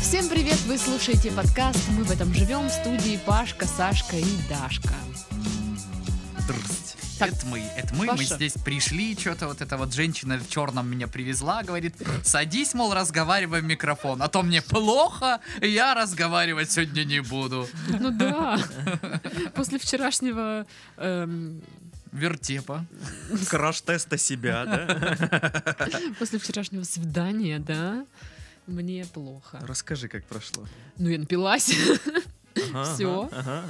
Всем привет! Вы слушаете подкаст «Мы в этом живем» в студии Пашка, Сашка и Дашка. Дрсть. Так, это мы, это мы, мы Паша. здесь пришли, что-то вот эта вот женщина в черном меня привезла, говорит, садись, мол, разговаривай в микрофон, а то мне плохо, я разговаривать сегодня не буду. Ну да, после вчерашнего... эм, Вертепа. Краш-теста себя, да? после вчерашнего свидания, да, мне плохо. Расскажи, как прошло. Ну, я напилась. Ага, Всё. ага,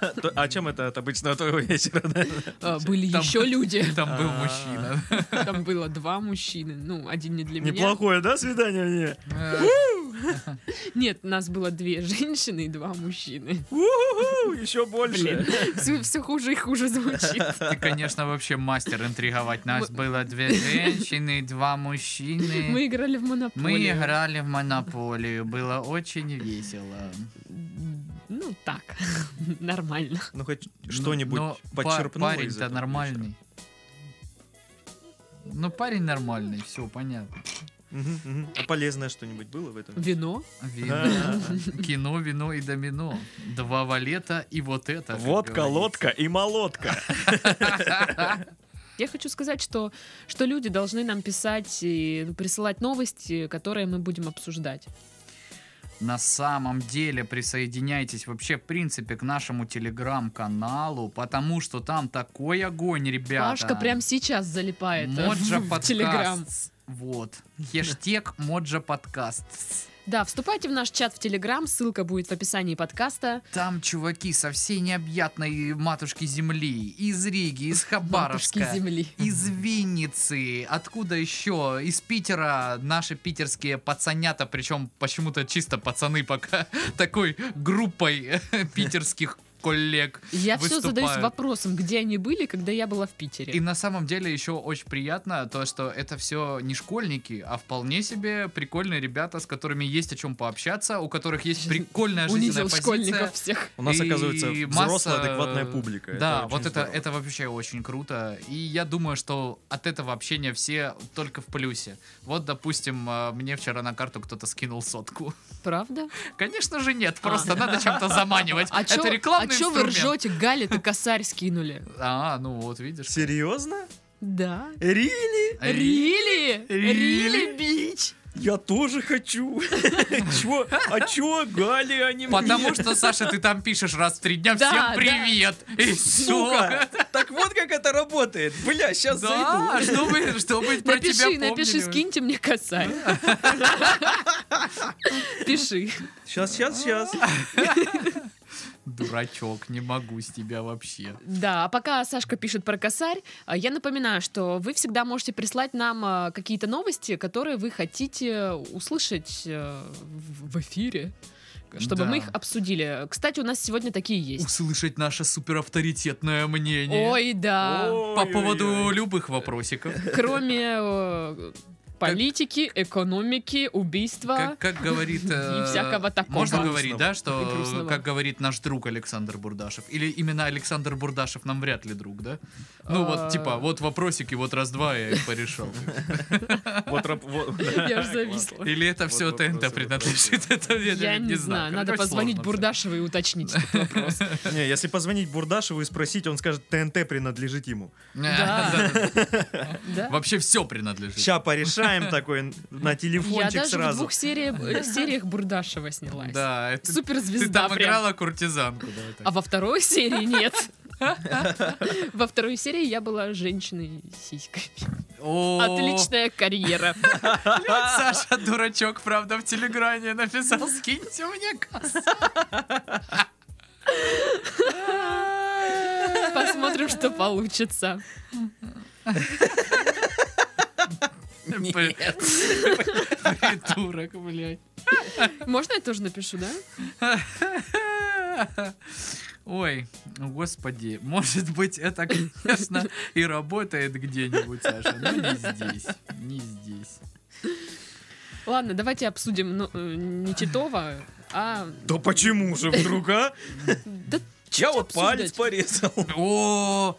ага. То- А чем это от обычного твоего вечера? да? А, Были Там- еще люди. Там был А. мужчина. Там было два мужчины. Ну, один не для меня. Неплохое, да, свидание мне? Э, Нет, нас было две женщины и два мужчины. Еще Блин, больше. все, хуже и хуже звучит. Ты, конечно, вообще мастер интриговать. Нас было две женщины, два мужчины. Мы играли в монополию. Мы играли в монополию, было очень весело. Ну, так, нормально. Ну, хоть Но что-нибудь па- подчерпнуло из Парень-то этого нормальный. Ну, парень нормальный, все понятно. вечера? Мгм, мгм. А полезное что-нибудь было в этом? Вино? Вино, кино, вино и домино. Два валета и вот это. как Водка, говорится. лодка и молотка. Я хочу сказать, что, что люди должны нам писать и присылать новости, которые мы будем обсуждать. На самом деле присоединяйтесь вообще в принципе к нашему телеграм-каналу, потому что там такой огонь, ребята. Пашка прям сейчас залипает Моджа в Телеграм. подкаст. Вот. Хештег Моджа подкаст. Да, вступайте в наш чат в Телеграм, ссылка будет в описании подкаста. Там чуваки со всей необъятной матушки земли. Из Риги, из Хабаровска. Матушки земли. из Винницы, откуда еще? Из Питера наши питерские пацанята, причем почему-то чисто пацаны пока такой группой питерских коллег. Я все выступают. задаюсь вопросом, где они были, когда я была в Питере. И на самом деле еще очень приятно то, что это все не школьники, а вполне себе прикольные ребята, с которыми есть о чем пообщаться, у которых есть прикольная жизненная Унизил позиция. школьников всех. У нас, И оказывается, масса- э, взрослая адекватная публика. Да, очень вот это, здорово. это вообще очень круто. И я думаю, что от этого общения все только в плюсе. Вот, допустим, э, мне вчера на карту кто-то скинул сотку. Правда? Конечно же нет, просто надо чем-то заманивать. А это чё, а рекламный чё вы инструмент. ржете? Галя-то косарь скинули. А, ну вот, видишь. Э, Серьезно? Да. Рили? Ри- Рили? Рили? Рили бич? Я тоже хочу. Чего? А чё, Гали, а не мне? Потому что, Саша, ты там пишешь раз в три дня Да, «Всем да. привет!» И Сука! все. Так вот как это работает. Бля, сейчас Да, чтобы, чтобы про тебя Напиши, помнили. напиши, скиньте мне косарь. Пиши. Сейчас, сейчас, сейчас. Дурачок, не могу с тебя вообще. Да, а пока Сашка пишет про косарь, а, я напоминаю, что вы всегда можете прислать нам а, какие-то новости, которые вы хотите услышать э, в в эфире, чтобы Да. мы их обсудили. Кстати, у нас сегодня такие есть. Услышать наше суперавторитетное мнение. Ой, да. По поводу любых вопросиков. Кроме э, политики, экономики, убийства. Как, как говорит... э, И всякого такого. Можно Грустного. говорить, да, И что... грустного. Как говорит наш друг Александр Бурдашев. Или именно Александр Бурдашев нам вряд ли друг, да? Ну А. вот, типа, вот вопросики, вот раз-два я их порешал. Вот, раб- вот- Я же Класс. зависла. Или это Вот все вопросы, ТНТ вопросы. принадлежит? Это я Я даже не знаю, надо Короче, позвонить сложно всё. Бурдашеву и уточнить этот вопрос. Не, если позвонить Бурдашеву и спросить, он скажет, ТНТ принадлежит ему. Да. Да. Да? Вообще все принадлежит. Ща порешаем такой на Я телефончик даже в сразу. двух сериях, э, сериях Бурдашева снялась. Да, это... Ты Суперзвезда там прям. играла куртизанку, да, это- А во второй серии нет. Во второй серии я была женщиной с сиськами. О, Отличная карьера. Саша, дурачок, правда, в Телегране написал, скиньте мне кассу. Посмотрим, что получится. Нет. Придурок, блядь. Можно я тоже напишу, да? Ой, ну, господи, может быть, это, конечно, и работает где-нибудь, Саша, но не здесь, не здесь. Ладно, давайте обсудим ну, э, не Титова, а... Да почему же вдруг, а? Да чё Я тут вот палец обсуждать? порезал. О,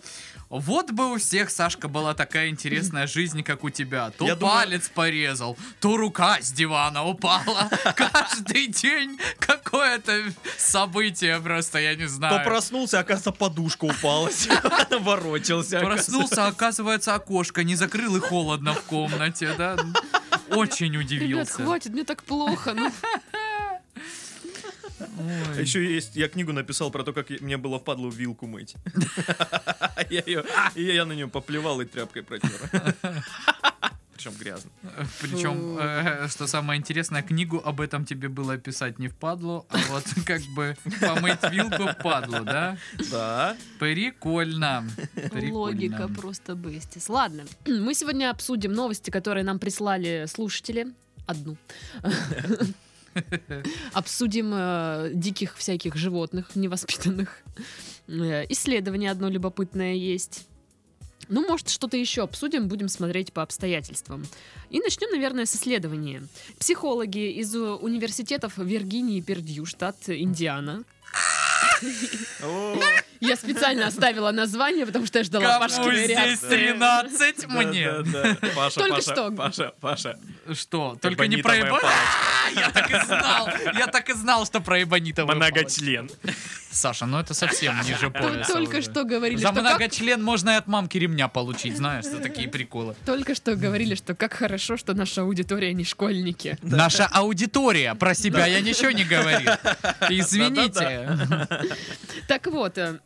Вот бы у всех, Сашка, была такая интересная жизнь, как у тебя. То Я думаю- палец порезал, то рука с дивана упала. Каждый день какое-то событие просто, я не То знаю. проснулся, оказывается, подушка упала. Ворочался. Проснулся, оказывается, окошко не закрыл и холодно в комнате, да? Очень Ребят, удивился. хватит, мне так плохо. ну. Ой. Еще А есть, я книгу написал про то, как я- мне было впадло вилку мыть. Я её- и я на нее поплевал и тряпкой протер. Причем грязно. Причем, э, что самое интересное, книгу об этом тебе было писать не впадло, а вот как бы помыть вилку впадло, да? Да. Прикольно. Прикольно. Логика просто бестис. Ладно, мы сегодня обсудим новости, которые нам прислали слушатели. Одну. Обсудим э, диких всяких животных, невоспитанных. Э, Исследование одно любопытное есть. Ну, может, что-то еще обсудим, будем смотреть по обстоятельствам. И начнем, наверное, с исследования. Психологи из э, университетов Виргинии и Пердью, штат Индиана. О, Я специально оставила название, потому что я ждала Кому Пашкиной здесь реакции. 13 да, да, мне? да. Паша, Только Паша, что. Паша, Паша. Что, только не про Эбонитовая эбо- палочка. А, Я так и знал, я так и знал, что про эбонитовую палочку. Многочлен. Саша, ну это совсем ниже Тол- пояса Только уже. что говорили, За что как... многочлен можно и от мамки ремня получить, знаешь, за такие приколы. Только что говорили, что как хорошо, что наша аудитория не школьники. Наша аудитория про себя я ничего не говорил. Извините. Так вот, э,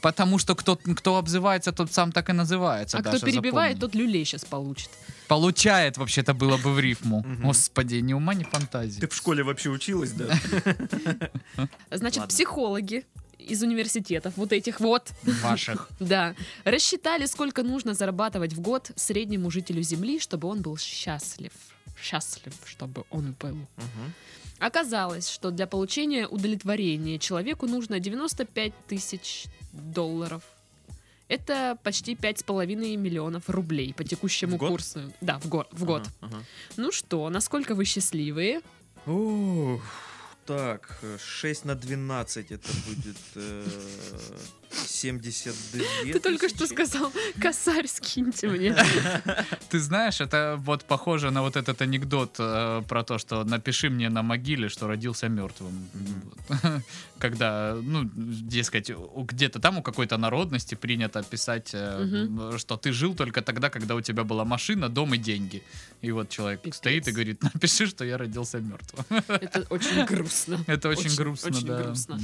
Потому что кто, кто обзывается, тот сам так и называется. а кто Даша, перебивает, запомни. тот люлей сейчас получит. Получает, вообще-то, было бы в рифму. Мгм. Господи, не ума, не фантазии. Ты в школе вообще училась, да? Значит, Ладно. психологи из университетов, вот этих вот, Ваших. да, рассчитали, сколько нужно зарабатывать в год среднему жителю Земли, чтобы он был счастлив. Счастлив, чтобы он был. Оказалось, что для получения удовлетворения человеку нужно 95 тысяч долларов. Это почти 5,5 миллионов рублей по текущему В год? курсу. Да, в, го- в год. Ага, Ну что, насколько вы счастливые? ага. Ух, Так, 6 на 12 это будет э, 72 Ты только что тысячи. сказал, косарь скиньте мне. Ты знаешь, это вот похоже на вот этот анекдот э, про то, что напиши мне на могиле, что родился мертвым. Когда, ну, дескать, у- где-то там у какой-то народности принято писать, э, Мгм. что ты жил только тогда, когда у тебя была машина, дом и деньги. И вот человек Пипец. стоит и говорит, напиши, что я родился мертвым. Это очень грустно. Это очень, Очень- грустно, очень да. грустно.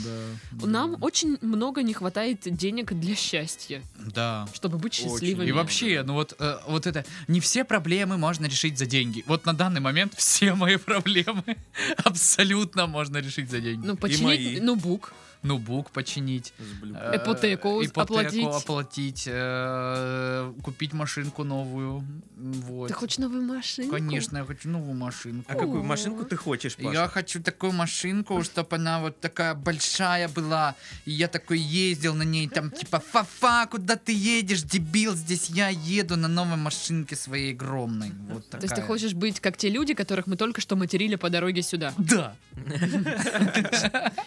Да, Нам да. очень много не хватает денег для счастья, Да. чтобы быть Очень. счастливыми. И Понимаю, вообще, да. ну вот, э, вот это, не все проблемы можно решить за деньги. Вот на данный момент все мои проблемы абсолютно можно решить за деньги. Ну, починить мои. ноутбук. Ноутбук починить. Сблю. э, Ипотеку оплатить. оплатить, э, купить машинку новую. м, Вот. Ты хочешь новую машину? Конечно, я хочу новую машинку. А какую О. машинку ты хочешь, Я Паша? хочу такую машинку, чтобы она вот такая большая была. И я такой ездил на ней, там типа, Фафа, куда ты едешь, дебил, здесь я еду на новой машинке своей огромной. Вот То есть ты такая. хочешь быть как те люди, которых мы только что материли по дороге сюда. Да.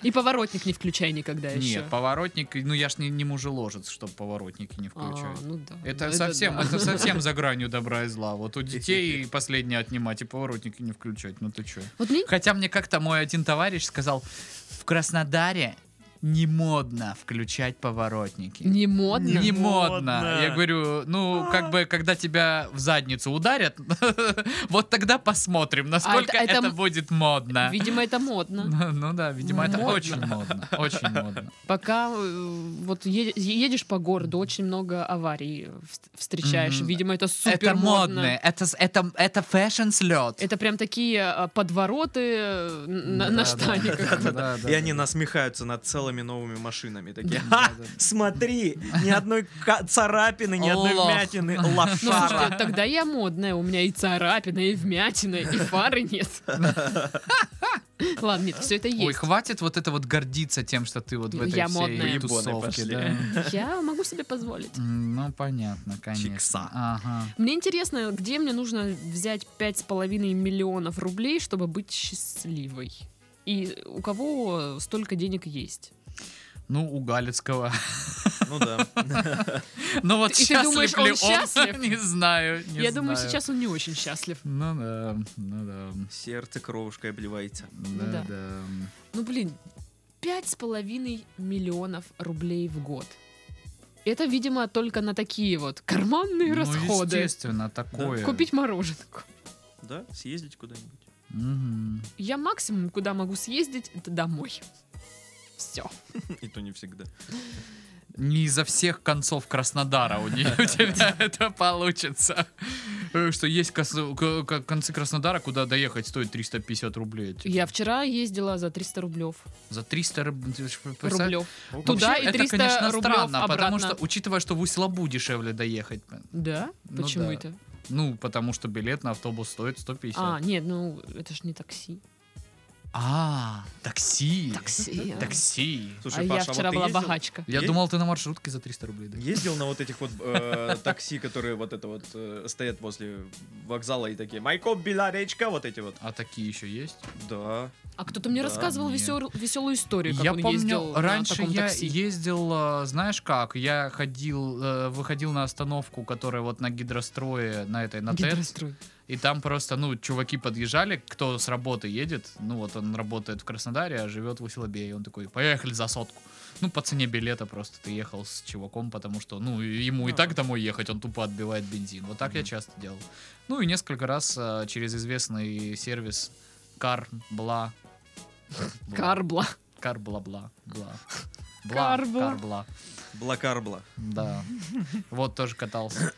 И поворотник не включай никогда еще. Нет, поворотник, ну я ж не, не мужеложец, чтобы поворотники не включать. ну да. Это Ну совсем, да. это совсем за гранью добра и зла. Вот у детей последнее отнимать и поворотники не включать. Ну ты чё? Вот мне Хотя мне как-то мой один товарищ сказал, в Краснодаре не модно включать поворотники. не модно. Не Не модно. модно. Я говорю, ну, как бы, когда тебя в задницу ударят, вот тогда посмотрим, насколько А это- это это- будет модно. Видимо, это модно. Ну да, видимо, это Модно. очень модно. Очень модно. Пока э, вот е- едешь по городу, очень много аварий э, вс- встречаешь. Мгм. Видимо, это супер Это модно. Это, с- это, это фэшн-слет. Это прям такие э, подвороты э, на, на штаниках. И они насмехаются над целыми новыми машинами. Такие, Да, «Ха, да, да. смотри, ни одной ка- царапины, ни одной Лох. вмятины, Ну, лошара. слушайте, тогда я модная, у меня и царапина, и вмятина, и фары нет. Ладно, нет, все это Ой, есть. хватит вот это вот гордиться тем, что ты вот в Я этой всей модная. Поебоны тусовке. пошли. да. Я могу себе позволить. М, Ну, понятно, конечно. Чикса. Ага. Мне интересно, где мне нужно взять 5,5 миллионов рублей, чтобы быть счастливой? И у кого столько денег есть? Ну, у Галицкого. Ну да. Но вот И ты счастлив думаешь, ли он он, счастлив? не знаю. не Я думаю, знаю. сейчас он не очень счастлив. Ну да, ну да. Сердце кровушкой обливается. Да, да. да. Ну блин, пять с половиной миллионов рублей в год. Это, видимо, только на такие вот карманные Ну, расходы. естественно, такое. Купить мороженку. Да? Съездить куда-нибудь. Мгм. Я максимум, куда могу съездить, это домой. Все. Хм, И то не всегда. Не изо всех концов Краснодара у нее у тебя это получится. Э, Что есть косо- к- к- концы Краснодара, куда доехать стоит 350 рублей. типа. Я вчера ездила за 300 рублев. За типа, 300 руб- ты ж представь- Рублев. Вообще, Туда и это, 300 конечно, рублев странно, потому обратно. что, учитывая, что в Усть-Лабу дешевле доехать. Да? Ну Почему да. это? Ну, потому что билет на автобус стоит 150. А, нет, ну это ж не такси. А, такси. Такси. а. Такси. А я а вот вчера ты была ездил- богачка. Я Е- думал, ты на маршрутке за 300 рублей даешь. Ездил на вот этих вот э, такси, которые вот это вот э, стоят возле вокзала и такие «Майкоп, Белоречка!» вот эти вот. А такие еще есть? Да. А кто-то мне Да, рассказывал нет. веселую историю, как я он помню, ездил раньше на таком я такси. ездил, э, знаешь как, я ходил, э, выходил на остановку, которая вот на гидрострое, на этой, на ТЭЦ, Гидрострой. и там просто, ну, чуваки подъезжали, кто с работы едет, ну, вот он работает в Краснодаре, а живет в Усилобе, и он такой, поехали за сотку. Ну, по цене билета просто ты ехал с чуваком, потому что, ну, и- ему и А. так домой ехать, он тупо отбивает бензин. Вот так я Мгм. часто делал. Ну, и несколько раз э, через известный сервис Карбла. Бла. Карбла. Карбла-бла. Бла. Бла. Карбла. Карбла. Блакарбла. Да. Вот тоже катался.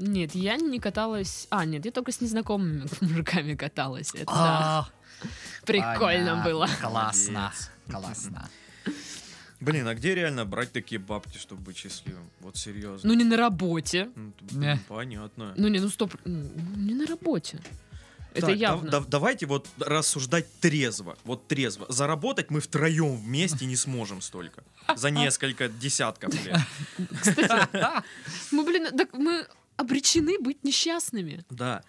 Нет, я не каталась. А, нет, я только с незнакомыми мужиками каталась. Это да. А, прикольно понятно. было. Классно. Классно. Блин, а где реально брать такие бабки, чтобы быть счастливым? Вот серьезно. Ну не на работе. Ну, т- Не. Понятно. Ну не, ну стоп, ну, не на работе. Это Так, да- явно. да- давайте вот рассуждать трезво. Вот трезво. Заработать мы втроем вместе не сможем столько. За несколько десятков лет. Мы, блин, так мы обречены быть несчастными. Да.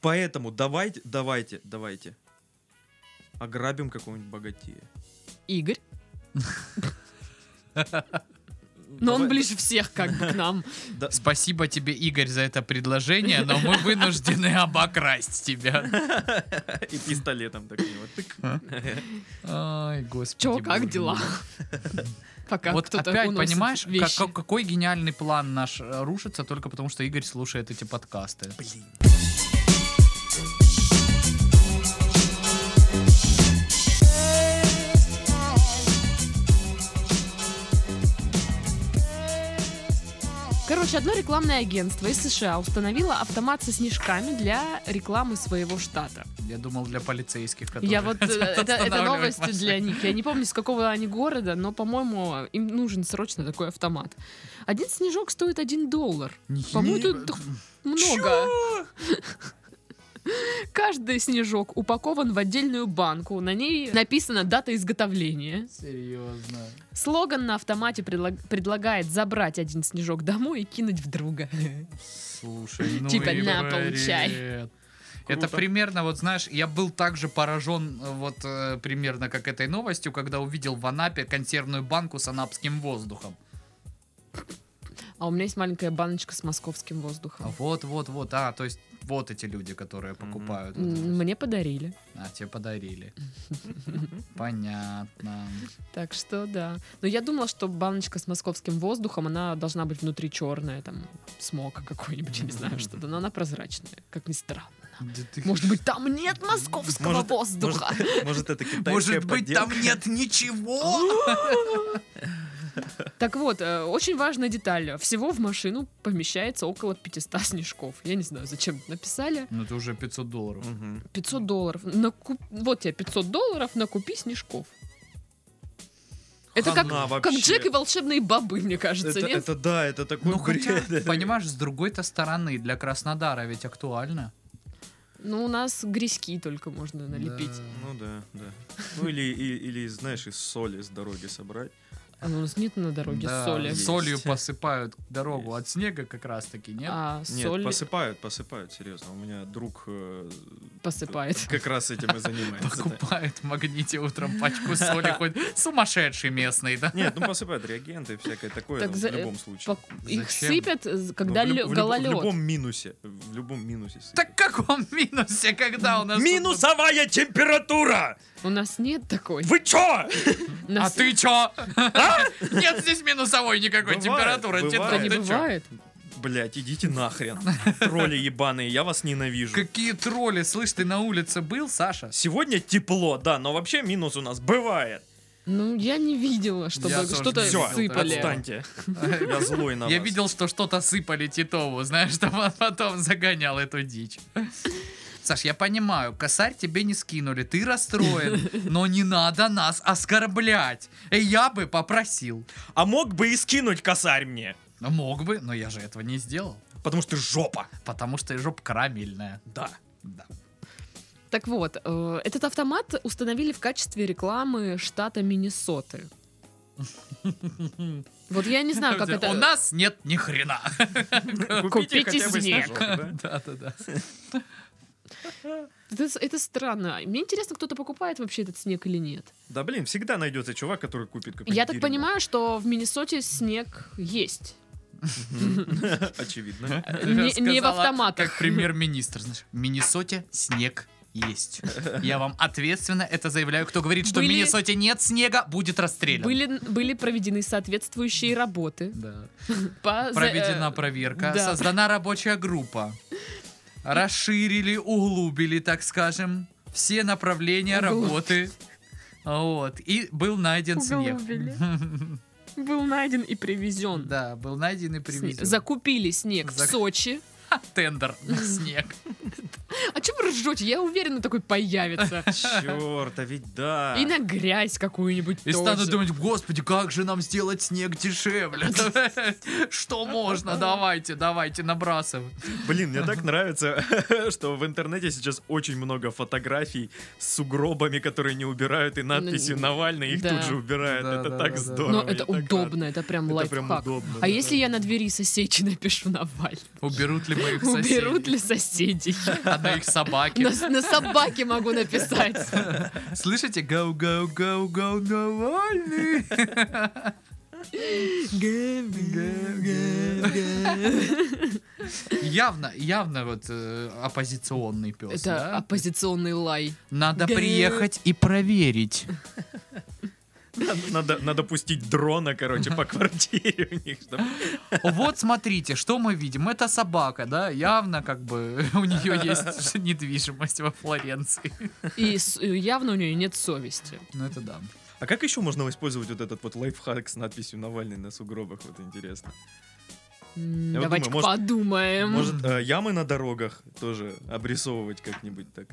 Поэтому давайте, давайте, давайте. Ограбим какого-нибудь богатея. Игорь. Но он Давай- ближе всех как бы к нам. да- Спасибо тебе, Игорь, за это предложение, но мы вынуждены обокрасть тебя. И пистолетом так не вот. тык. Ай, господи. Чё, боже как дела? мой. Пока вот кто-то опять, уносит понимаешь, как- вещи. как- какой гениальный план наш э, рушится только потому, что Игорь слушает эти подкасты. Блин. Короче, одно рекламное агентство из США установило автомат со снежками для рекламы своего штата. Я думал, для полицейских, которые Я вот э, хотят это, это останавливать новости машины. для них. Я не помню, с какого они города, но, по-моему, им нужен срочно такой автомат. Один снежок стоит 1 доллар. Нихи- По-моему, это д- много. Каждый снежок упакован в отдельную банку. На ней написана дата изготовления. Серьезно. Слоган на автомате предлаг- предлагает забрать один снежок домой и кинуть в друга. Слушай, ну Типа, и на, получай. бред. Это Круто. примерно, вот знаешь, я был также поражен э, вот э, примерно как этой новостью, когда увидел в Анапе консервную банку с анапским воздухом. А у меня есть маленькая баночка с московским воздухом. Вот, вот, вот, а, то есть вот эти люди, которые покупают. вот это М, Мне подарили. всё. А, тебе подарили. Понятно. Так что да. Но я думала, что баночка с московским воздухом, она должна быть внутри черная, там, смока какой-нибудь, я не знаю что-то. Но она прозрачная, как ни странно. Да ты- Может быть, там нет московского Может, воздуха? Может, может, это китайская Может быть, там подделка? нет ничего? Так вот, э, очень важная деталь. Всего в машину помещается около 500 снежков. Я не знаю, зачем написали. Ну, это уже 500 долларов. Мгм. 500 долларов. Наку- Вот тебе 500 долларов, накупи снежков. Это как, Хана как вообще. Джек и волшебные бобы, мне кажется, Это, нет? это да, это такой Ну, хотя, бред. понимаешь, с другой-то стороны, для Краснодара ведь актуально. Ну, у нас грязьки только можно налепить. Ну да, да. Ну или, и- или, знаешь, из соли с дороги собрать. А у нас нет на дороге Да, соли. Есть. Солью посыпают дорогу Есть. от снега как раз таки, нет? А Нет, соль... посыпают, посыпают, серьезно. У меня друг э, посыпает. Как раз этим и занимается. да. Покупает в магните утром пачку соли, хоть сумасшедший местный, да? Нет, ну посыпают реагенты и всякое такое Так ну, за- э, в любом случае. Пок- Их Зачем? сыпят, э, Ну, когда в, лю- лё- в люб- в гололед. любом минусе. В любом минусе. сыпят. Так как он в минусе, когда у нас... Минусовая температура! У нас нет такой. Вы чё? У А нас- ты чё? Нет здесь минусовой никакой Бывает, температуры. Ты- Да бывает. А? не ты чё? бывает. Блять, идите нахрен. Тролли ебаные, я вас ненавижу. Какие тролли, слышь, ты на улице был, Саша? Сегодня тепло, да, но вообще минус у нас бывает. Ну, я не видела, чтобы тоже что-то не Все, видел, сыпали. отстаньте. Я злой на вас. Э, Я видел, что что-то сыпали Титову, знаешь, там он потом загонял эту дичь. Саш, я понимаю, косарь тебе не скинули, ты расстроен, но не надо нас оскорблять. Э, Я бы попросил. А мог бы и скинуть косарь мне. Ну, Мог бы, но я же этого не сделал. Потому что ты жопа. Потому что и жопа карамельная. Да. Да. Так вот, э, этот автомат установили в качестве рекламы штата Миннесоты. Вот я не знаю, как это... У нас нет ни хрена. Купите снег. снежок, да? Да, да, да. Это, это странно. Мне интересно, кто-то покупает вообще этот снег или нет. Да блин, всегда найдется чувак, который купит какой-то Я так дерьмо. понимаю, что в Миннесоте снег есть. Очевидно. Не- не в Сказала, автоматах. Как премьер-министр, знаешь, в Миннесоте снег есть. Я вам ответственно это заявляю. Кто говорит, что в Были- Миннесоте нет снега, будет расстрелян. Были, были проведены соответствующие работы. Да. по за- Проведена э, проверка, да. создана рабочая группа. Расширили, углубили, так скажем, все направления Углубили. работы. Вот. И был найден Углубили. снег. Был найден и привезен. Да, был найден и Сне- привезен. Закупили снег Зак- в Сочи. Тендер на снег. А чем вы ржете? Я уверена, такой появится. Черт, а ведь да. И на грязь какую-нибудь И тоже. станут думать, господи, как же нам сделать снег дешевле? Что можно? Давайте, давайте, набрасываем. Блин, мне так нравится, что в интернете сейчас очень много фотографий с сугробами, которые не убирают, и надписью Ну, Навальный их да. тут же убирают. Да, Это да, так да, да. Но здорово. это я так рад. удобно, это прям Это лайфхак. прям удобно, а да. если я на двери соседей напишу Наваль? Уберут ли моих соседей? Уберут ли соседей? А на их собаки? На, на собаке могу написать. Слышите? Гоу, гоу, гоу, гоу, Навальный. Явно, явно вот э, оппозиционный пес. Это оппозиционный лай. Надо Гэ. приехать и проверить. Надо, надо пустить дрона, короче, по квартире у них. чтобы- Вот смотрите, что мы видим. Это собака, да? Явно как бы у нее есть недвижимость во Флоренции. И с- э, явно у нее нет совести. Ну это да. А как еще можно использовать вот этот вот лайфхак с надписью Навальный на сугробах? Вот интересно. М, Я вот Давайте-ка думаю, может- подумаем. Может, э, ямы на дорогах тоже обрисовывать как-нибудь так?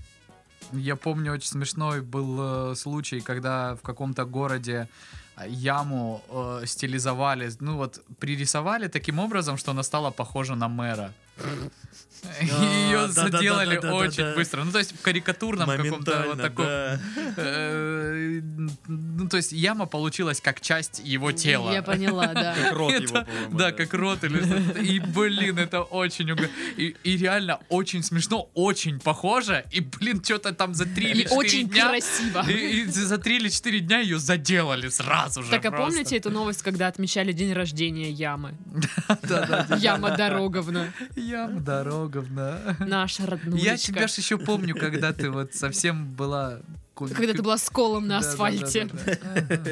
Я помню, очень смешной был э, случай, когда в каком-то городе э, яму э, стилизовали, ну вот пририсовали таким образом, что она стала похожа на мэра. И Ее да-да-да-да-да-да. заделали очень быстро. Ну, то есть в карикатурном каком-то вот Моментально, таком. да. э, Ну, то есть яма получилась как часть его тела. Я поняла, да. Как рот Это- его, по-моему. Да, как рот или что-то. И, блин, это очень... уго- И, и реально очень смешно, очень похоже. И, блин, что-то там за три или И четыре очень дня... красиво. И, и за три или четыре дня ее заделали сразу же Так, а просто. помните эту новость, когда отмечали день рождения Ямы? Да-да-да. Яма Дороговна, Яма Дороговна. наша родная. Я тебя ж еще помню, когда ты вот совсем была... Когда ты была с колом на Да, да, асфальте. да, да, да.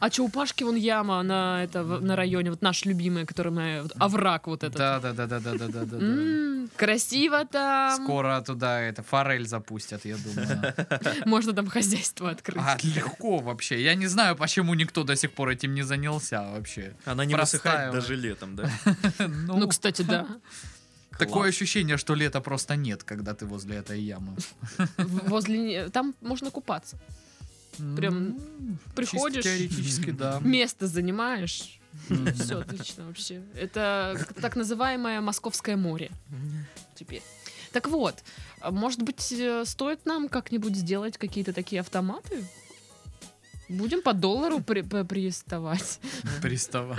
А че, у Пашки вон яма на, это, в- на районе, вот наш любимый, который мы... вот овраг вот этот. Да, да, да, да, да, да, да, да, да. М, красиво там. Скоро туда это форель запустят, я думаю. Можно там хозяйство открыть. А, легко вообще. Я не знаю, почему никто до сих пор этим не занялся вообще. Она не Простая высыхает вот. даже летом, да? Ну, Ну, кстати, да. такое Класс. ощущение, что лета просто нет, когда ты возле этой ямы. В- Возле... не- Там можно купаться. Прям М, Ну, чисто Приходишь, Теоретически, да. место занимаешь. Все отлично вообще. Это к- так называемое Московское море теперь. Так вот, а может быть, э, стоит нам как-нибудь сделать какие-то такие автоматы? Будем по доллару при- по- приставать. Пристава.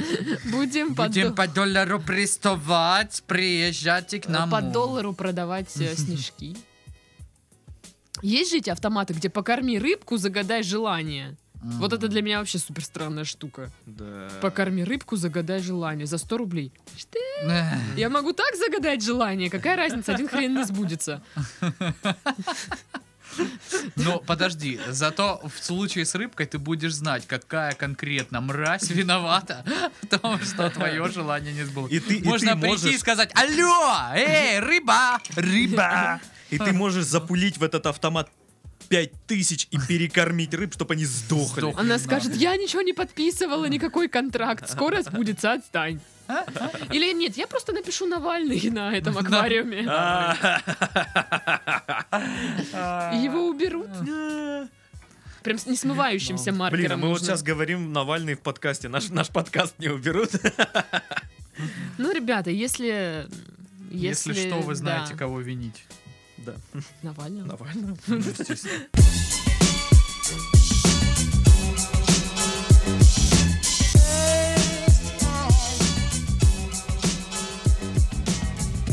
Будем по Будем до- по доллару приставать, приезжайте к нам. по доллару продавать э, снежки. Есть же эти автоматы, где покорми рыбку, загадай желание. М. Вот это для меня вообще супер странная штука. Да. Покорми рыбку, загадай желание за 100 рублей. Что? Эх. Я могу так загадать желание, какая разница, один хрен не сбудется. Ну, подожди, зато в случае с рыбкой ты будешь знать, какая конкретно мразь виновата в том, что твое желание не сбылось. И ты- и Можно ты прийти и можешь- сказать, алло, эй, рыба, рыба. И ты можешь запулить в этот автомат 5000 и перекормить рыб, чтобы они сдохли. Сдох. Она Да. скажет, я ничего не подписывала, никакой контракт, скоро сбудется, отстань. Или нет, я просто напишу Навальный на этом аквариуме, А, и А, его уберут. Прям с несмывающимся маркером. Блин, а мы вот нужно. сейчас говорим Навальный в подкасте. Наш, наш подкаст не уберут. Ну, ребята, если... Если что, вы да, знаете, кого винить. Да, Навального. Навальный. Естественно.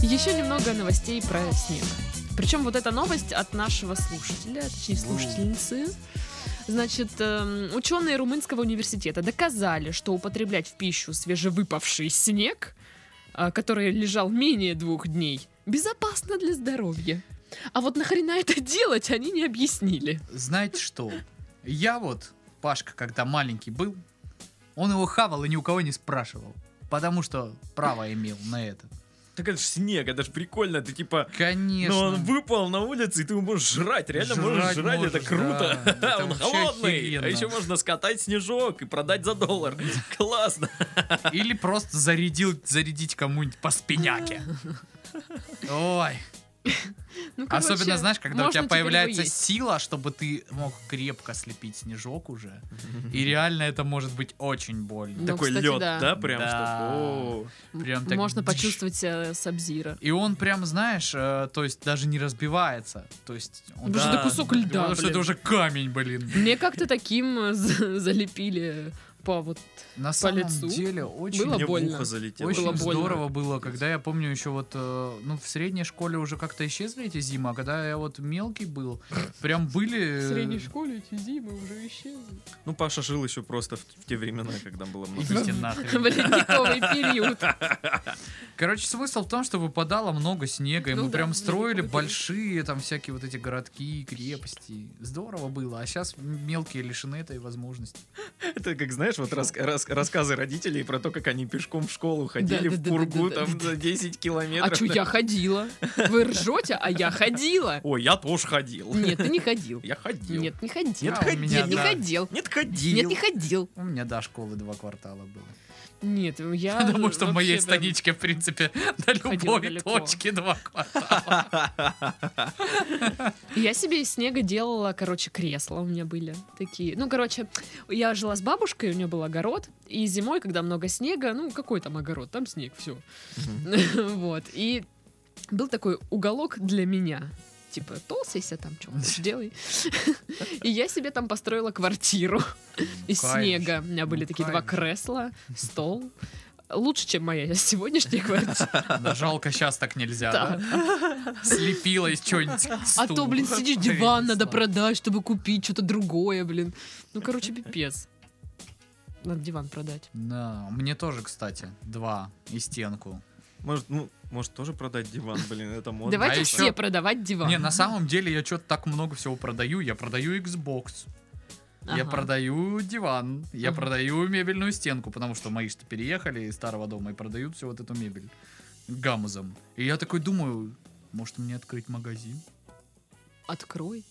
Еще немного новостей про снег. Причем вот эта новость от нашего слушателя, точнее слушательницы. Значит, эм, ученые Румынского университета доказали, что употреблять в пищу свежевыпавший снег, а, который лежал менее двух дней, безопасно для здоровья. А вот нахрена это делать, они не объяснили. Знаете что? Я вот, Пашка, когда маленький был, он его хавал и ни у кого не спрашивал. Потому что право имел на это. Так это ж снег, это ж прикольно. Ты типа, Конечно. но он выпал на улице, и ты его можешь жрать. Реально можешь Жрать жрать, это можешь, круто. да. Это Он вообще холодный. офигенно. А еще можно скатать снежок и продать за доллар. Классно. Или просто зарядил, зарядить кому-нибудь по спиняке. Ой, Ну, короче, особенно, знаешь, когда у можно тебя теперь его появляется есть. сила, чтобы ты мог крепко слепить снежок уже. И реально это может быть очень больно. Ну, Такой кстати, лед, да. да, прям Да. что. прям М- так Можно дж- почувствовать себя Сабзира. И он прям, знаешь, э, то есть даже не разбивается. То есть он... Потому что Да. это кусок льда. Потому что блин. это уже камень, блин. Мне как-то таким э, за- залепили по вот... На самом лицу. деле очень... Было Мне в больно. ухо залетело. Очень было больно. здорово было, когда я помню еще вот, э, ну, в средней школе уже как-то исчезли эти зимы, а когда я вот мелкий был, прям были... э, школе эти зимы уже исчезли. Ну, Паша жил еще просто в, в те времена, когда было много. Идите нахрен. Ледниковый период. Короче, смысл в том, что выпадало много снега, и Ну мы да, прям в строили ледниковый большие там всякие вот эти городки, крепости. Здорово было, а сейчас мелкие лишены этой возможности. Это как, знаешь, вот рас- рас- рассказы родителей про то, как они пешком в школу ходили, в да, да, пургу да, да, там да. за 10 километров. А чё, я ходила? Вы ржете, а я ходила. Ой, я тоже ходил. Нет, ты не ходил. Я ходил. Нет, не ходил. Нет, А, у ходил. меня Нет, не да. ходил. Нет, ходил. Нет, не ходил. У меня до школы два квартала было. Нет, я... э, Потому что в Ну, вообще моей прям- станичке, в принципе, до любой далеко. точки два квартала. Я себе из снега делала, короче, кресла у меня были такие. Ну, короче, я жила с бабушкой, у нее был огород, и зимой, когда много снега, ну, какой там огород, там снег, все. Вот, и был такой уголок для меня. Типа, толсайся там, что хочешь, делай. И я себе там построила квартиру из Конечно. снега. У меня были Ну, такие два конечно. кресла, стол. Лучше, чем моя сегодняшняя квартира. Да жалко, сейчас так нельзя. Да. да? Слепила из чего-нибудь А то, стул. блин, сидишь, диван надо Кресло. продать, чтобы купить что-то другое, блин. Ну, короче, пипец. Надо диван продать. Да, мне тоже, кстати, два и стенку. Может, ну, может тоже продать диван, блин, это модно. Давайте А все ещё- продавать диван. Не, на самом деле я что-то так много всего продаю. Я продаю Xbox, я Ага. продаю диван, я Ага. продаю мебельную стенку, потому что мои что переехали из старого дома и продают всю вот эту мебель гамузом. И я такой думаю, может мне открыть магазин? Открой.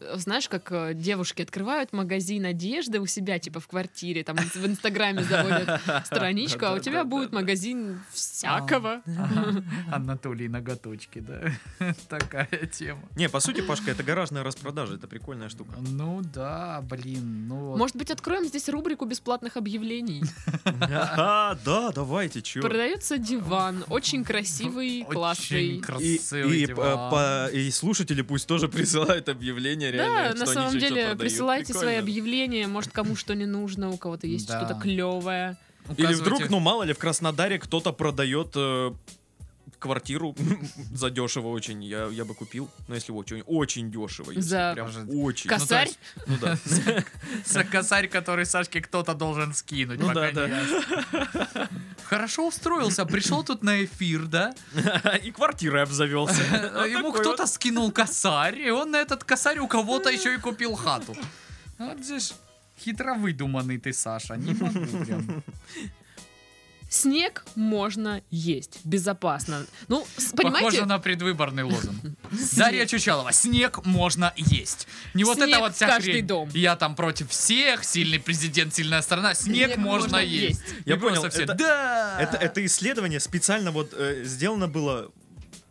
Э, Знаешь, как э, девушки открывают магазин одежды у себя, типа в квартире, там в Инстаграме заводят страничку, а у тебя будет магазин А, всякого. Ага. Анатолий ноготочки, да. Такая тема. Не, по сути, Пашка, это гаражная распродажа, это прикольная штука. Ну да, блин, ну вот. Может быть, откроем здесь рубрику бесплатных объявлений. А, да, давайте, чё. Продается диван, очень красивый, Очень классный. И, красивый и, э, диван. по- и слушатели пусть тоже присылают объявления Да, реально, что на они самом чё-чё деле, продают. присылайте свои Прикольно. объявления, может, кому что не нужно, у кого-то есть Да. что-то клевое. Или Указывайте- вдруг, ну мало ли, в Краснодаре кто-то продает квартиру задешево очень, я, я бы купил. Но если очень, очень дешево. Если За прям Может, очень. кос- Косарь? Ну да. За косарь, который Сашке кто-то должен скинуть. Ну пока да, да. не ясно. Хорошо устроился, пришел тут на эфир, да? И квартирой обзавелся. Ему А такой кто-то скинул косарь, и он на этот косарь у кого-то еще и купил хату. Вот же ж хитро выдуманный ты, Саша, не могу прям. Снег можно есть, безопасно. Ну, с- Похоже понимаете, на предвыборный лозунг. Дарья Чучалова, снег можно есть. Не вот Снег это вот в вся каждый хрень. дом. Я там против всех, сильный президент, сильная страна. Снег, можно, есть. Я И просто понял, все, это- Да! Это, это исследование специально вот э, сделано было.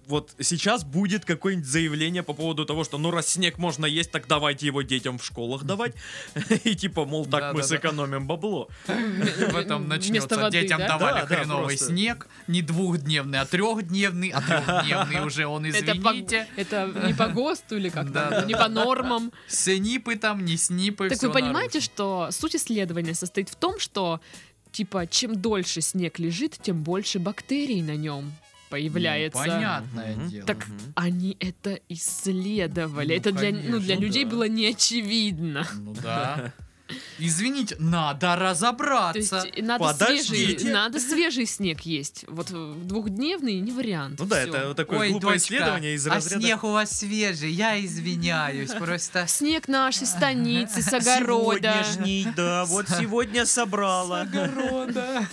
Вот сейчас будет какое-нибудь заявление по поводу того, что ну раз снег можно есть, так давайте его детям в школах давать. И типа, мол, так мы Да-да-да. сэкономим бабло. В этом Вместо начнется. воды, Детям да? давали Да, да, хреновый просто. снег. Не двухдневный, а трехдневный. А трехдневный уже он, это, по- извините. это не по ГОСТу или как Да, там, да, не да. по нормам. Снипы там, не снипы. Так всё вы понимаете, что нарушено. суть исследования состоит в том, что типа чем дольше снег лежит, тем больше бактерий на нем появляется. Ну, понятное Мгм. дело. Так они это исследовали. Ну, это для, ну, для конечно, людей да. было неочевидно. Ну да. Извините, надо разобраться. То есть надо Подождите. свежий, надо свежий снег есть. Вот э, двухдневный не вариант. Ну да, Всё. это вот такое Ой, глупое дочка, исследование из а разряда. снег у вас свежий, я извиняюсь, просто... Снег нашей станицы с огорода. Сегодняшний, да, вот сегодня собрала. Огорода.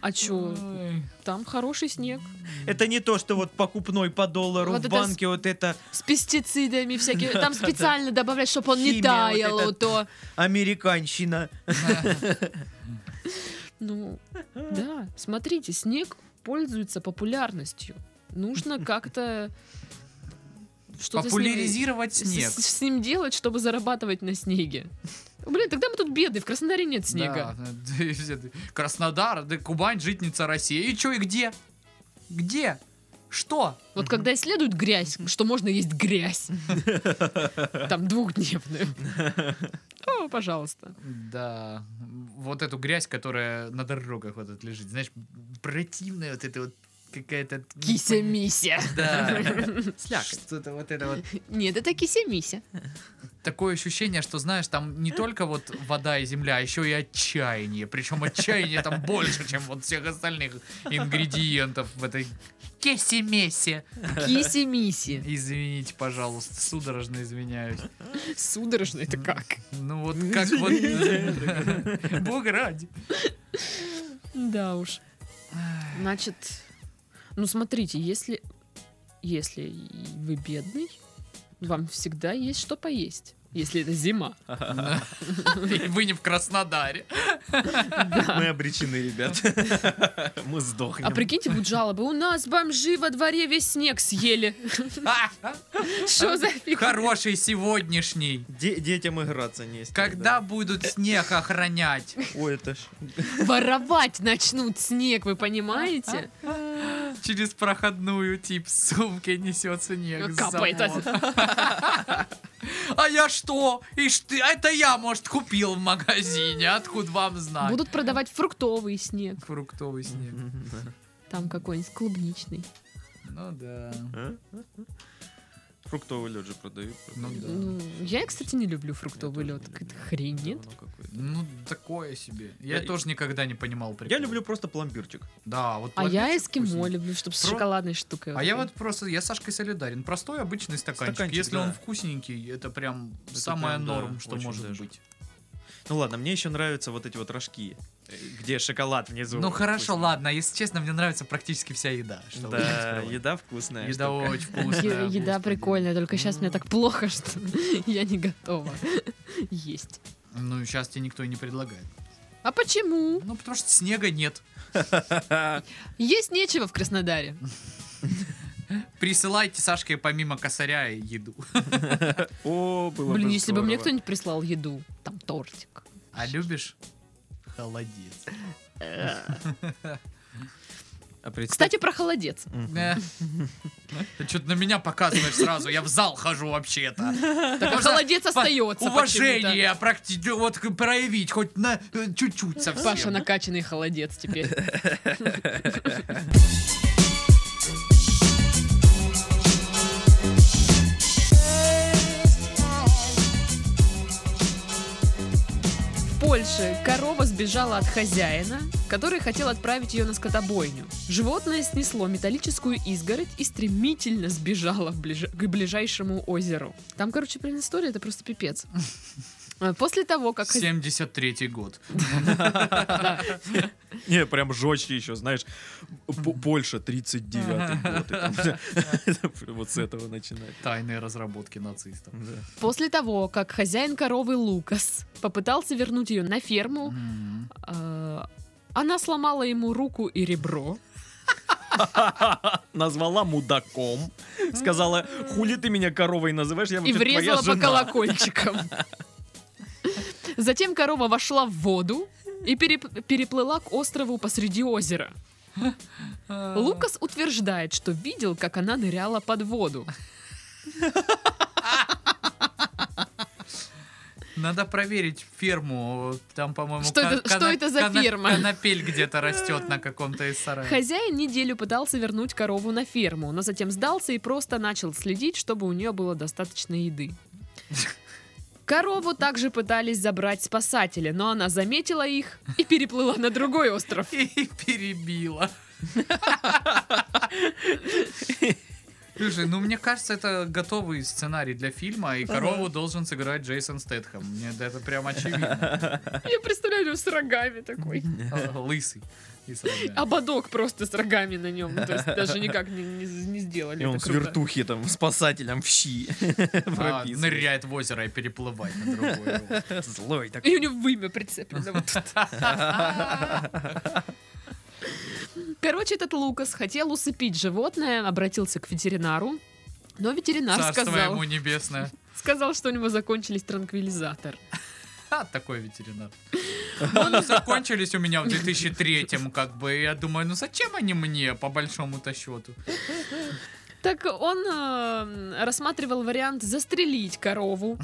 А чё? Ой. Там хороший снег. Это не то, что вот покупной по доллару Вот в это с- банке, вот это С пестицидами всякими. Там специально добавляют, чтобы он не Химия таял. вот эта. а то... американщина. Ну, да. Смотрите, снег пользуется популярностью. Нужно как-то... что-то с ним- Популяризировать снег. С, с ним делать, чтобы зарабатывать на снеге. Блин, тогда мы тут беды, в Краснодаре нет снега. Да, и все ты, Краснодар, да Кубань, житница России. И чё, и где? Где? Что? Вот когда исследуют грязь, что можно есть грязь. Там двухдневную. О, пожалуйста. Да, вот эту грязь, которая на дорогах вот тут лежит, знаешь, противная вот эта вот какая-то... Ну, Кися-мися. Да, что-то вот это вот. Нет, это кися-мися. Такое ощущение, что, знаешь, там не только вот вода и земля, а еще и отчаяние. Причем отчаяние там больше, чем вот всех остальных ингредиентов в этой кесе-месе. Кися-миси. Извините, пожалуйста, судорожно извиняюсь. Судорожно это как? Ну вот как вот... Бога ради. Да уж. Значит, ну смотрите, если, если вы бедный, вам всегда есть что поесть. Если это зима. А И Вы не в Краснодаре. Мы обречены, ребят. Мы сдохнем. А прикиньте, будут жалобы. У нас бомжи во дворе весь снег съели. А, Что за фиг? Хороший сегодняшний. Де- детям играться не с кем, Когда да. будут снег охранять? Ой, это ж... Воровать начнут снег, вы понимаете? Через проходную тип с сумки несет снег. с Ну, Капает. завода. А я что? Ишь ты, а это я, может, купил в магазине. Откуда вам знать? Будут продавать фруктовый снег. Фруктовый снег. Там какой-нибудь клубничный. Ну да. А? Фруктовый лед же продают. Ну продают. да. Ну, я, кстати, не люблю фруктовый Я лед. тоже не Какая-то люблю. хрень, нет? Говно какое-то. Ну, такое себе. Я, Я- тоже никогда не понимал прикол. Я люблю просто пломбирчик. Да, вот А я пломбирчик эскимо вкусненький. люблю, чтобы с Про- шоколадной штукой. А я этой. вот просто, я с Сашкой солидарен. Простой обычный стаканчик. Стаканчик, Если да. он вкусненький, это прям Это самое прям, да, норм, что очень может даже. быть. Ну ладно, мне еще нравятся вот эти вот рожки, э, где шоколад внизу. Ну хорошо, Вкусненький. ладно, если честно, мне нравится практически вся еда. что вы Да, скрываете. еда вкусная. Еда штука. очень Е- вкусная. Еда господи. прикольная, только сейчас мне так плохо, что я не готова есть. Ну, сейчас тебе никто и не предлагает. А почему? Ну, потому что снега нет. Есть нечего в Краснодаре. Присылайте Сашке помимо косаря еду. О, было Блин, бы если бы мне здорово. кто-нибудь прислал еду, там тортик. А любишь? Холодец. А представь- Кстати, про холодец. Что-то на меня показываешь сразу, я в зал хожу вообще-то. Так а Можно холодец по- остается. Уважение практи- вот к- проявить хоть на э, чуть-чуть почему-то. Паша совсем. накачанный холодец теперь. В Польше корова сбежала от хозяина, который хотел отправить ее на скотобойню. Животное снесло металлическую изгородь и стремительно сбежало в ближ- к ближайшему озеру. Там, короче, прям история, это просто пипец. А После того, как... хозя- 73 год. Не, прям жестче еще, знаешь. П- Польша, 39-й год. и там Вот с этого начинать. Тайные разработки нацистов. Да. После того, как хозяин коровы Лукас попытался вернуть ее на ферму, М. э, она сломала ему руку и ребро. Назвала мудаком. Сказала, хули ты меня коровой называешь, я и вообще твоя врезала по жена. колокольчикам. Затем корова вошла в воду и переп- переплыла к острову посреди озера. Лукас утверждает, что видел, как она ныряла под воду. Надо проверить ферму. Там, по-моему, Что это- что это за ферма? Конопель где-то растет на каком-то из сараев. Хозяин неделю пытался вернуть корову на ферму, но затем сдался и просто начал следить, чтобы у нее было достаточно еды. Корову также пытались забрать спасатели, но она заметила их и переплыла на другой остров. И перебила. Слушай, ну мне кажется, это готовый сценарий для фильма, и корову должен сыграть Джейсон Стэтхэм. Мне да, это прям очевидно. Я представляю его с рогами такой. Лысый. И с рогами. А Ободок просто с рогами на нем. Ну, То есть даже никак не, не- не сделали. И он это с круто. вертухи там, спасателем в щи. А, прописан. ныряет в озеро и переплывает на другое озеро. Злой такой. И у него вымя прицеплено вот тут. Короче, этот Лукас хотел усыпить животное, обратился к ветеринару. Но ветеринар Царство сказал, ему небесное. сказал, что у него закончились транквилизатор. Ха, А, такой ветеринар. Они закончились у меня в 2003-м, как бы. и Я думаю, ну зачем они мне, по большому-то счету? Так он э, рассматривал вариант застрелить корову.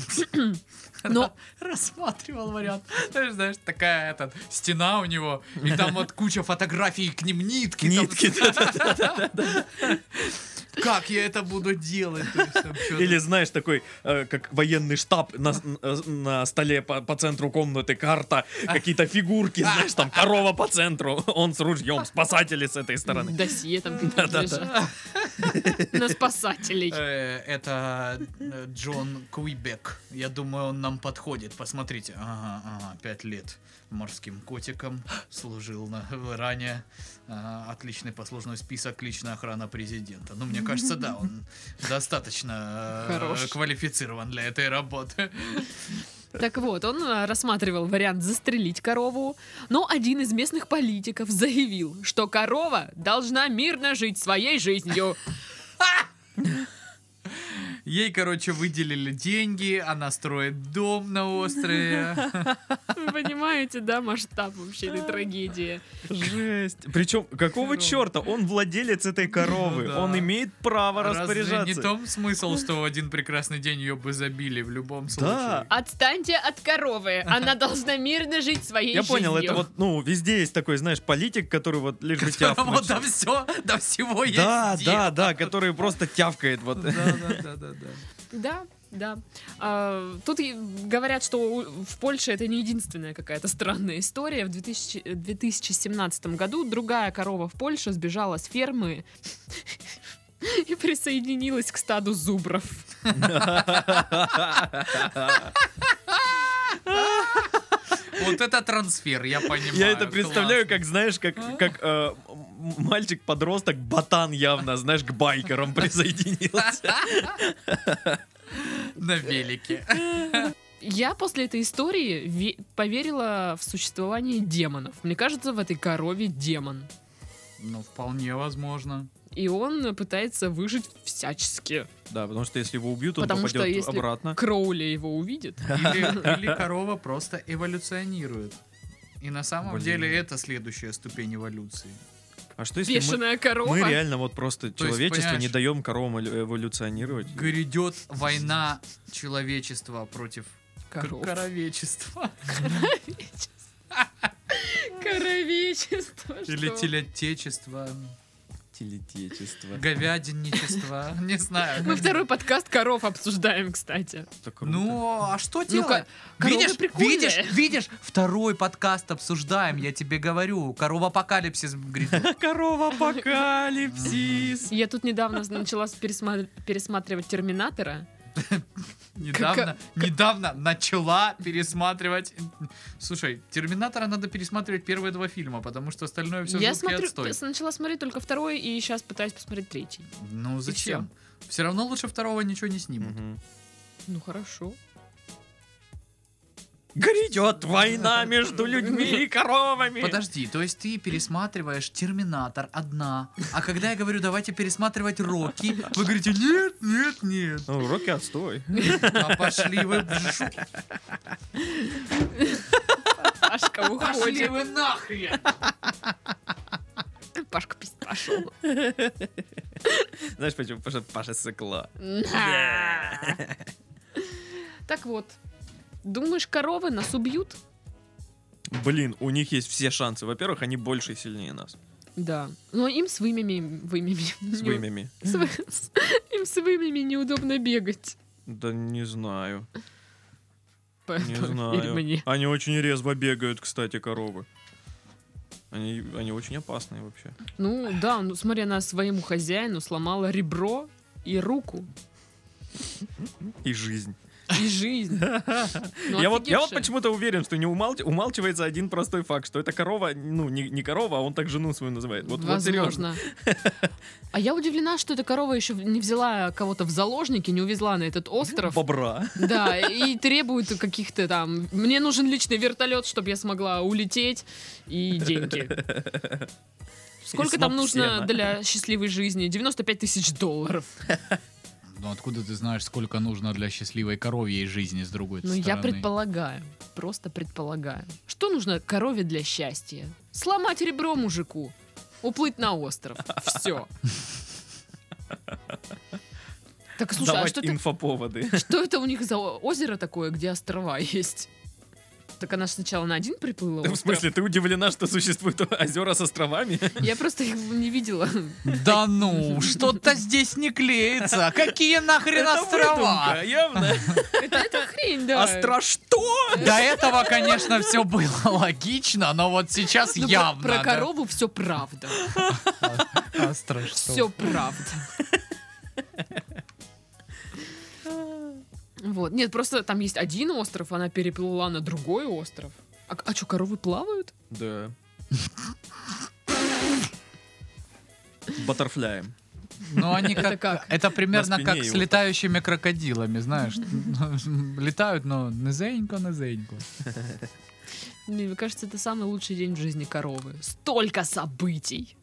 Но Рассматривал вариант. Знаешь, знаешь, такая этот, стена у него, и там вот куча фотографий, к ним нитки. там- Нитки. Как я это буду делать? То есть там чё-то- Или знаешь, такой, э, как военный штаб на, с- н- э, на столе по, по центру комнаты, карта, А. какие-то фигурки, знаешь, там корова по центру, он с ружьем, спасатели с этой стороны. досье там Да-да-да. лежат. на спасателей. Э, Это э, Джон Куйбек. Я думаю, он нам подходит. Посмотрите. Ага, ага, пять лет морским котиком. Служил на, ранее. Ага, отличный послужной список, личная охрана президента. Ну, мне кажется, да, он достаточно э, Хорош. квалифицирован для этой работы. Так вот, он э, рассматривал вариант застрелить корову, но один из местных политиков заявил, что корова должна мирно жить своей жизнью. Ей, короче, выделили деньги, она строит дом на острове. Вы понимаете, да, масштаб вообще этой трагедии? Жесть. Причем, какого Корова. черта? Он владелец этой коровы, Ну да. он имеет право распоряжаться. Разве не том смысл, что в один прекрасный день ее бы забили в любом случае? Да. Отстаньте от коровы, она должна мирно жить своей Я жизнью. понял, это вот, ну, везде есть такой, знаешь, политик, который вот лишь бы Потому тявкнуть. до все, до всего есть. ну Да, дело. да, да, который просто тявкает вот. Да, да, да, да, да. Да, да. А, тут и говорят, что у- в Польше это не единственная какая-то странная история. В 2000 э, 2017 году другая корова в Польше сбежала с фермы и присоединилась к стаду зубров. Вот это трансфер, я понимаю. А? Я это классно. представляю, как, знаешь, как, как э, м- мальчик-подросток, ботан явно, знаешь, к байкерам присоединился. На велике. Я после этой истории ве- поверила в существование демонов. Мне кажется, в этой корове демон. Ну, вполне возможно. И он пытается выжить всячески. Да, потому что если его убьют, он Потому что попадет если обратно. Кроули его увидит. Или, или корова просто эволюционирует. И на самом Блин. деле это следующая ступень эволюции. А что если мы, Бешеная корова. мы реально вот просто То есть, человечеству не понимаешь- даем коровам эль- эволюционировать? Грядет война человечества против Коров. кор- коровечества. Коровечество. Или что? телетечества, Телетечество. говядинничества, не знаю. Мы второй подкаст коров обсуждаем, кстати. Ну, а что делать? ко- корова видишь, прикольная. видишь, видишь, второй подкаст обсуждаем, я тебе говорю. Коровопокалипсис грядет. корова апокалипсис. Я тут недавно начала пересма- пересматривать Терминатора. Недавно, недавно начала пересматривать. Слушай, Терминатора надо пересматривать первые два фильма, потому что остальное все Я жуткий смотрю, отстой. п- начала смотреть только второй, и сейчас пытаюсь посмотреть третий. Ну зачем? Все равно лучше второго ничего не снимут. Ну хорошо. Грядет война Ну, между людьми и коровами. Подожди, то есть ты пересматриваешь Терминатор одна, а когда я говорю, давайте пересматривать Рокки, вы говорите, нет, нет, нет. Ну, Рокки отстой. А пошли вы в жу- Пашка Пошли уходит. вы нахрен! Пашка пис- пошел. Знаешь почему? Потому что Паша сыкла. Так вот. Думаешь, коровы нас убьют? Блин, у них есть все шансы. Во-первых, они больше и сильнее нас. Да. Но им с вымями... вымями С не- вымями. с вы- с- Им с вымями неудобно бегать. Да не знаю. Не Поэтому- Или знаю. мне. Они очень резво бегают, кстати, коровы. Они, они очень опасные вообще. Ну да, ну смотри, она своему хозяину сломала ребро и руку, И жизнь. и жизнь. Ну, я, вот, я вот офигевшая. почему-то уверен, что не умалч- умалчивается один простой факт, что эта корова, ну, не, не корова, а он так жену свою называет. Вот, вот серьезно. Возможно. А я удивлена, что эта корова еще не взяла кого-то в заложники, не увезла на этот остров. Бобра. Да, и требует каких-то там... Мне нужен личный вертолет, чтобы я смогла улететь, и деньги. Сколько сноп там нужно сена. для счастливой жизни? 95 тысяч долларов. Ну откуда ты знаешь, сколько нужно для счастливой коровьей жизни с другой Ну, я предполагаю. Просто предполагаю. Что нужно корове для счастья? Сломать ребро мужику. Уплыть на остров. Все. Так, слушай, а Давать что, это, инфоповоды. что это у них за о- озеро такое, где острова есть? Так она ж сначала на один приплыла В остров. смысле, ты удивлена, что существуют озера с островами? Я просто их не видела. Да ну, что-то здесь не клеится. А Какие нахрен Это острова? выдумка, явно. Это, это хрень, да. Остро что? До этого, конечно, все было логично, но вот сейчас Ну, про- явно. Про, да. корову все правда. А, страшно. Все правда. Вот. Нет, просто там есть один остров, она переплыла на другой остров. А, а что, коровы плавают? Да. Баттерфляем. Ну, они Это как... как? Это примерно спине как его с так. летающими крокодилами, знаешь. Летают, но низенько, низенько. Мне кажется, это самый лучший день в жизни коровы. Столько событий.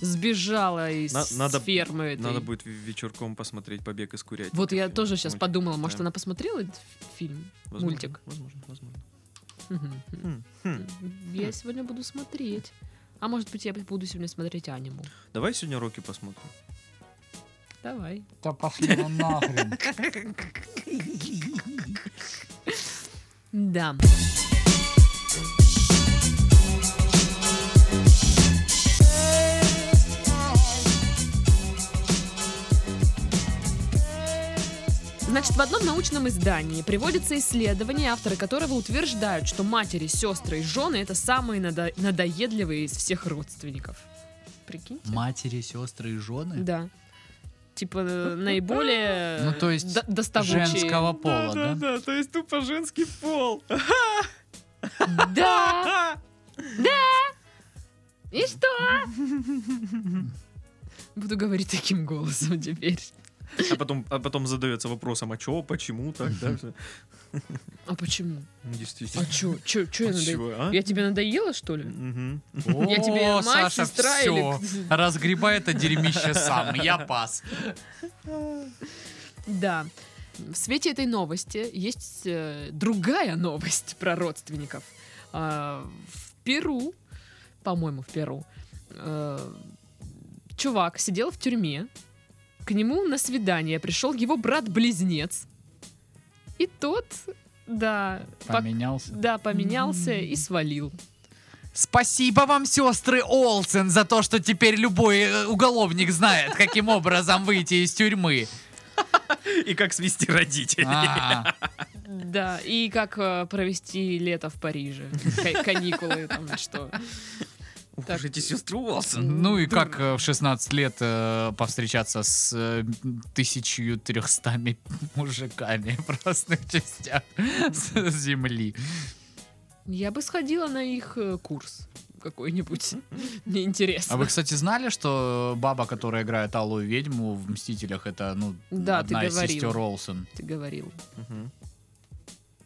Сбежала из На- надо- фермы этой. Надо будет ве- вечерком посмотреть «Побег из курятника». Вот я Фильм, тоже сейчас мультик. подумала, может, Да. она посмотрела этот фильм? Возможно, мультик. Возможно, возможно. Мгм. Хм, хм. Я сегодня буду смотреть. А может быть, я буду сегодня смотреть аниму. Давай сегодня Рокки посмотрим. Давай. Да пошли вон нахрен. Да. Значит, в одном научном издании приводится исследование, авторы которого утверждают, что матери, сестры и жены это самые надо- надоедливые из всех родственников. Прикинь? Матери, сестры и жены? Да. Типа э, наиболее Ну, то есть до- доставучие. Женского пола, да? то есть тупо женский пол. Да. И что? Буду говорить таким голосом теперь. А потом, а потом задается вопросом, а чё, почему так, да? всё. А почему? Ну, А Действительно. чё? Чё, чё я А надоела? чего, а? Я тебе надоела, что ли? Мгм. Я тебе О, мать, Саша, сестра все. или- Разгребай это дерьмище сам. Я пас. Да. В свете этой новости есть э, другая новость про родственников. А, в Перу, по-моему, в Перу, э, чувак сидел в тюрьме, к нему на свидание пришел его брат-близнец, и тот, да, пок- Поменялся. да, поменялся и свалил. Спасибо вам, сестры Олсен, за то, что теперь любой э, уголовник знает, каким образом выйти из тюрьмы. И как свести родителей. А, Да, и как э, провести лето в Париже, Ка- каникулы там что. так. Укажите сестру Уолсон. Ну и как э, в 16 лет э, повстречаться с э, 1300 мужиками в разных частях с- земли. Я бы сходила на их э, курс какой-нибудь. Мне интересно. А вы, кстати, знали, что баба, которая играет Алую ведьму в Мстителях, это, ну, Да, ты одна из говорил. сестер Олсен? Ты говорил.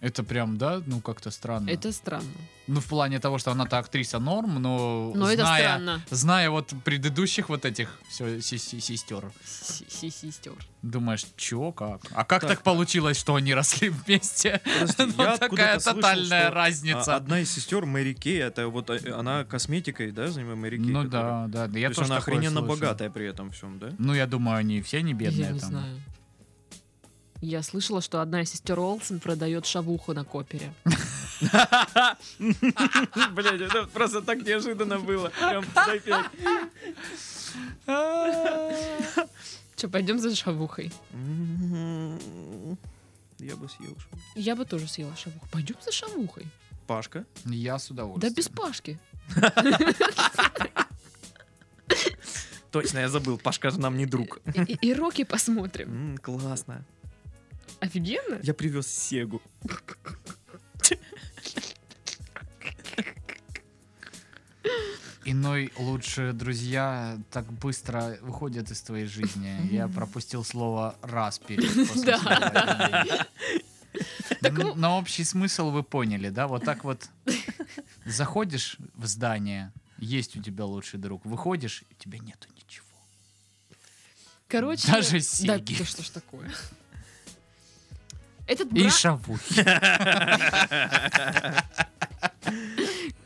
Это прям, да, ну как-то странно. Это странно. Ну, в плане того, что она-то актриса норм, но, Но это зная- странно. Зная вот предыдущих вот этих всё- си- си- сестер, Сестер. думаешь, чё, как? А как так, Так. получилось, что они росли вместе? Ну, такая тотальная разница. одна из сестер Мэри Кей, это вот э, она косметикой, да, занимается Мэри Кей? ну да, которая- да, да. Я То есть тоже она такое охрененно слышал. богатая при этом всем, да? Ну, я думаю, они все не бедные Я не там. знаю. Я слышала, что одна из сестер Олсен продает шавуху на копере. Блять, это просто так неожиданно было. Че, пойдем за шавухой? Я бы съел. что ли. Я бы тоже съела шавуху. Пойдем за шавухой. Пашка. Я с Да удовольствием. без Пашки. Точно, я забыл. Пашка же нам не друг. И, и- и Рокки посмотрим. М, Классно. Офигенно? Я привез Сегу. Иной лучшие друзья так быстро выходят из твоей жизни. Я пропустил слово раз перед. после Да. слова «иной». Так Н- вот- Но общий смысл вы поняли, да? Вот так вот заходишь в здание, есть у тебя лучший друг, выходишь, у тебя нету ничего. Короче... Даже Да, Сиги. да что ж такое? Этот И брат... шавухи.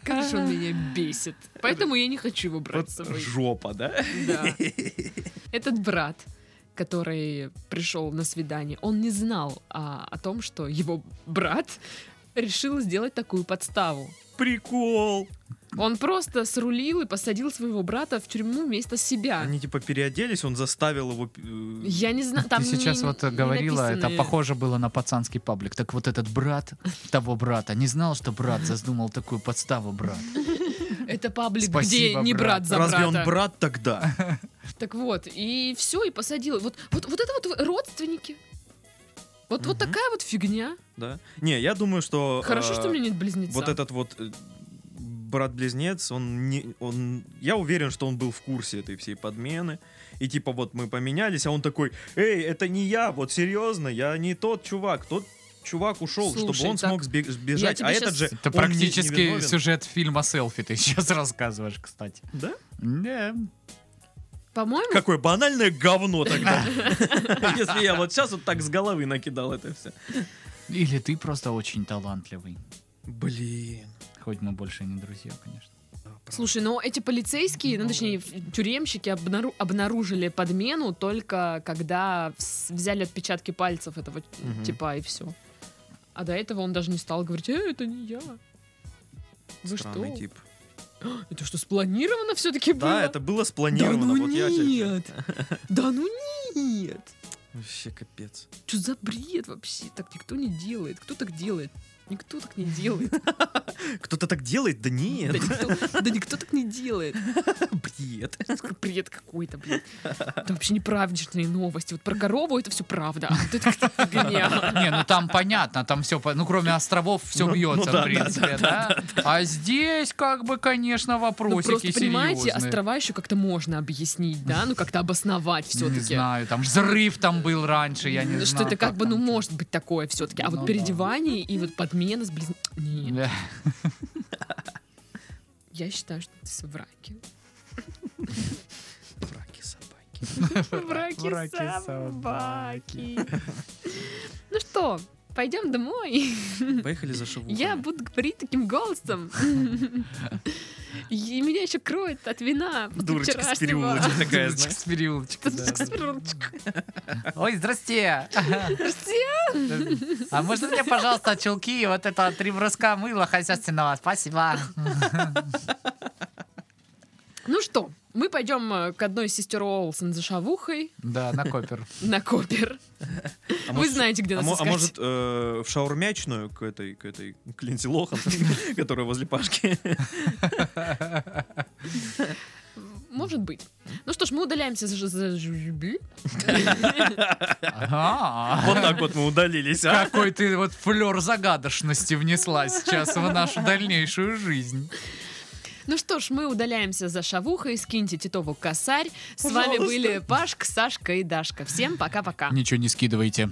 Как же он меня бесит. Поэтому я не хочу его брать с собой. Жопа, да? Да. Этот брат, который пришел на свидание, он не знал а, о том, что его брат решил сделать такую подставу. Прикол. Он просто срулил и посадил своего брата в тюрьму вместо себя. Они типа переоделись, он заставил его... э, А. Я не знаю, там Ты сейчас не- вот не говорила, это написаны- похоже было на пацанский паблик. Так вот этот брат того брата не знал, что брат задумал такую подставу, брат. Это паблик, где Спасибо, не брат брат. за Разве брата. он брат тогда? Так вот, и все, и посадил. Вот, вот, вот это вот родственники. Вот, вот Мгм. такая вот фигня. Да? Не, я думаю, что... Хорошо, э, что у меня нет близнеца. Вот этот вот э, брат-близнец, он не, он, я уверен, что он был в курсе этой всей подмены. И типа вот мы поменялись, а он такой, эй, это не я, вот серьезно, я не тот чувак, тот чувак ушел, Слушай, чтобы он так смог сбег- сбежать, тебе а щас- этот же Это он не- практически невиновен. сюжет фильма селфи ты сейчас рассказываешь, кстати. Да? Да. По-моему, Какое банальное говно тогда. Если я вот сейчас вот так с головы накидал это все. Или ты просто очень талантливый. Блин. Хоть мы больше не друзья, конечно. Слушай, но эти полицейские, ну точнее ф- тюремщики обнару- обнаружили подмену только когда вс- взяли отпечатки пальцев этого Мгм. типа и все. А до этого он даже не стал говорить, э, это не я. Вы Странный что? тип. Это что, спланировано все-таки было? Да, это было Да спланировано. ну вот я тебе- нет! Да ну нет! Вообще капец. Что за бред вообще? Так никто не делает. Кто так делает? Никто так не делает. Кто-то так делает? Да Да нет. никто- да никто так не делает. Бред. Бред какой-то, блин. Это вообще неправдишные новости. Вот про корову это все правда. а вот это какая-то фигня. Не, ну там понятно, там все, ну кроме островов все Ну, ну бьется, да, в да, принципе, да. А здесь как бы, конечно, Ну, вопросики просто, понимаете, серьезные. острова еще как-то можно объяснить, да? Ну, как-то обосновать Не все-таки. знаю, там взрыв там был раньше, я не знаю. Что это как бы, ну, там может быть такое все-таки. А Ну вот да. переодевание и вот подмена с близ... что. Нет, Да. я считаю, что это все враки. Враги собаки. Враки Враки собаки. собаки. Ну что, Пойдем домой. Поехали за шавухами. Я буду говорить таким голосом. И меня еще кроет от вина. после Дурочка с вчерашнего. переулочка такая, Дурочка знаешь. с переулочка, да. Дурочка с переулочка. Ой, здрасте! Все? А можно мне, пожалуйста, чулки и вот это три броска мыла хозяйственного? Спасибо. Ну что, мы пойдем э, к одной из сестер Олсен за шавухой Да, на копер. на Копер. А Вы может, знаете, где а, нас мо- а искать. может, э, в шаурмячную к этой, к этой Клинси Лохан, которая возле Пашки. Может быть. Ну что ж, мы удаляемся за... за- за- Ага. Вот так вот мы удалились, а? Какой ты вот флер загадочности внесла сейчас в нашу дальнейшую жизнь. Ну что ж, мы удаляемся за шавухой. Скиньте Титову косарь. С вами Пожалуйста. были Пашка, Сашка и Дашка. Всем пока-пока. Ничего не скидывайте.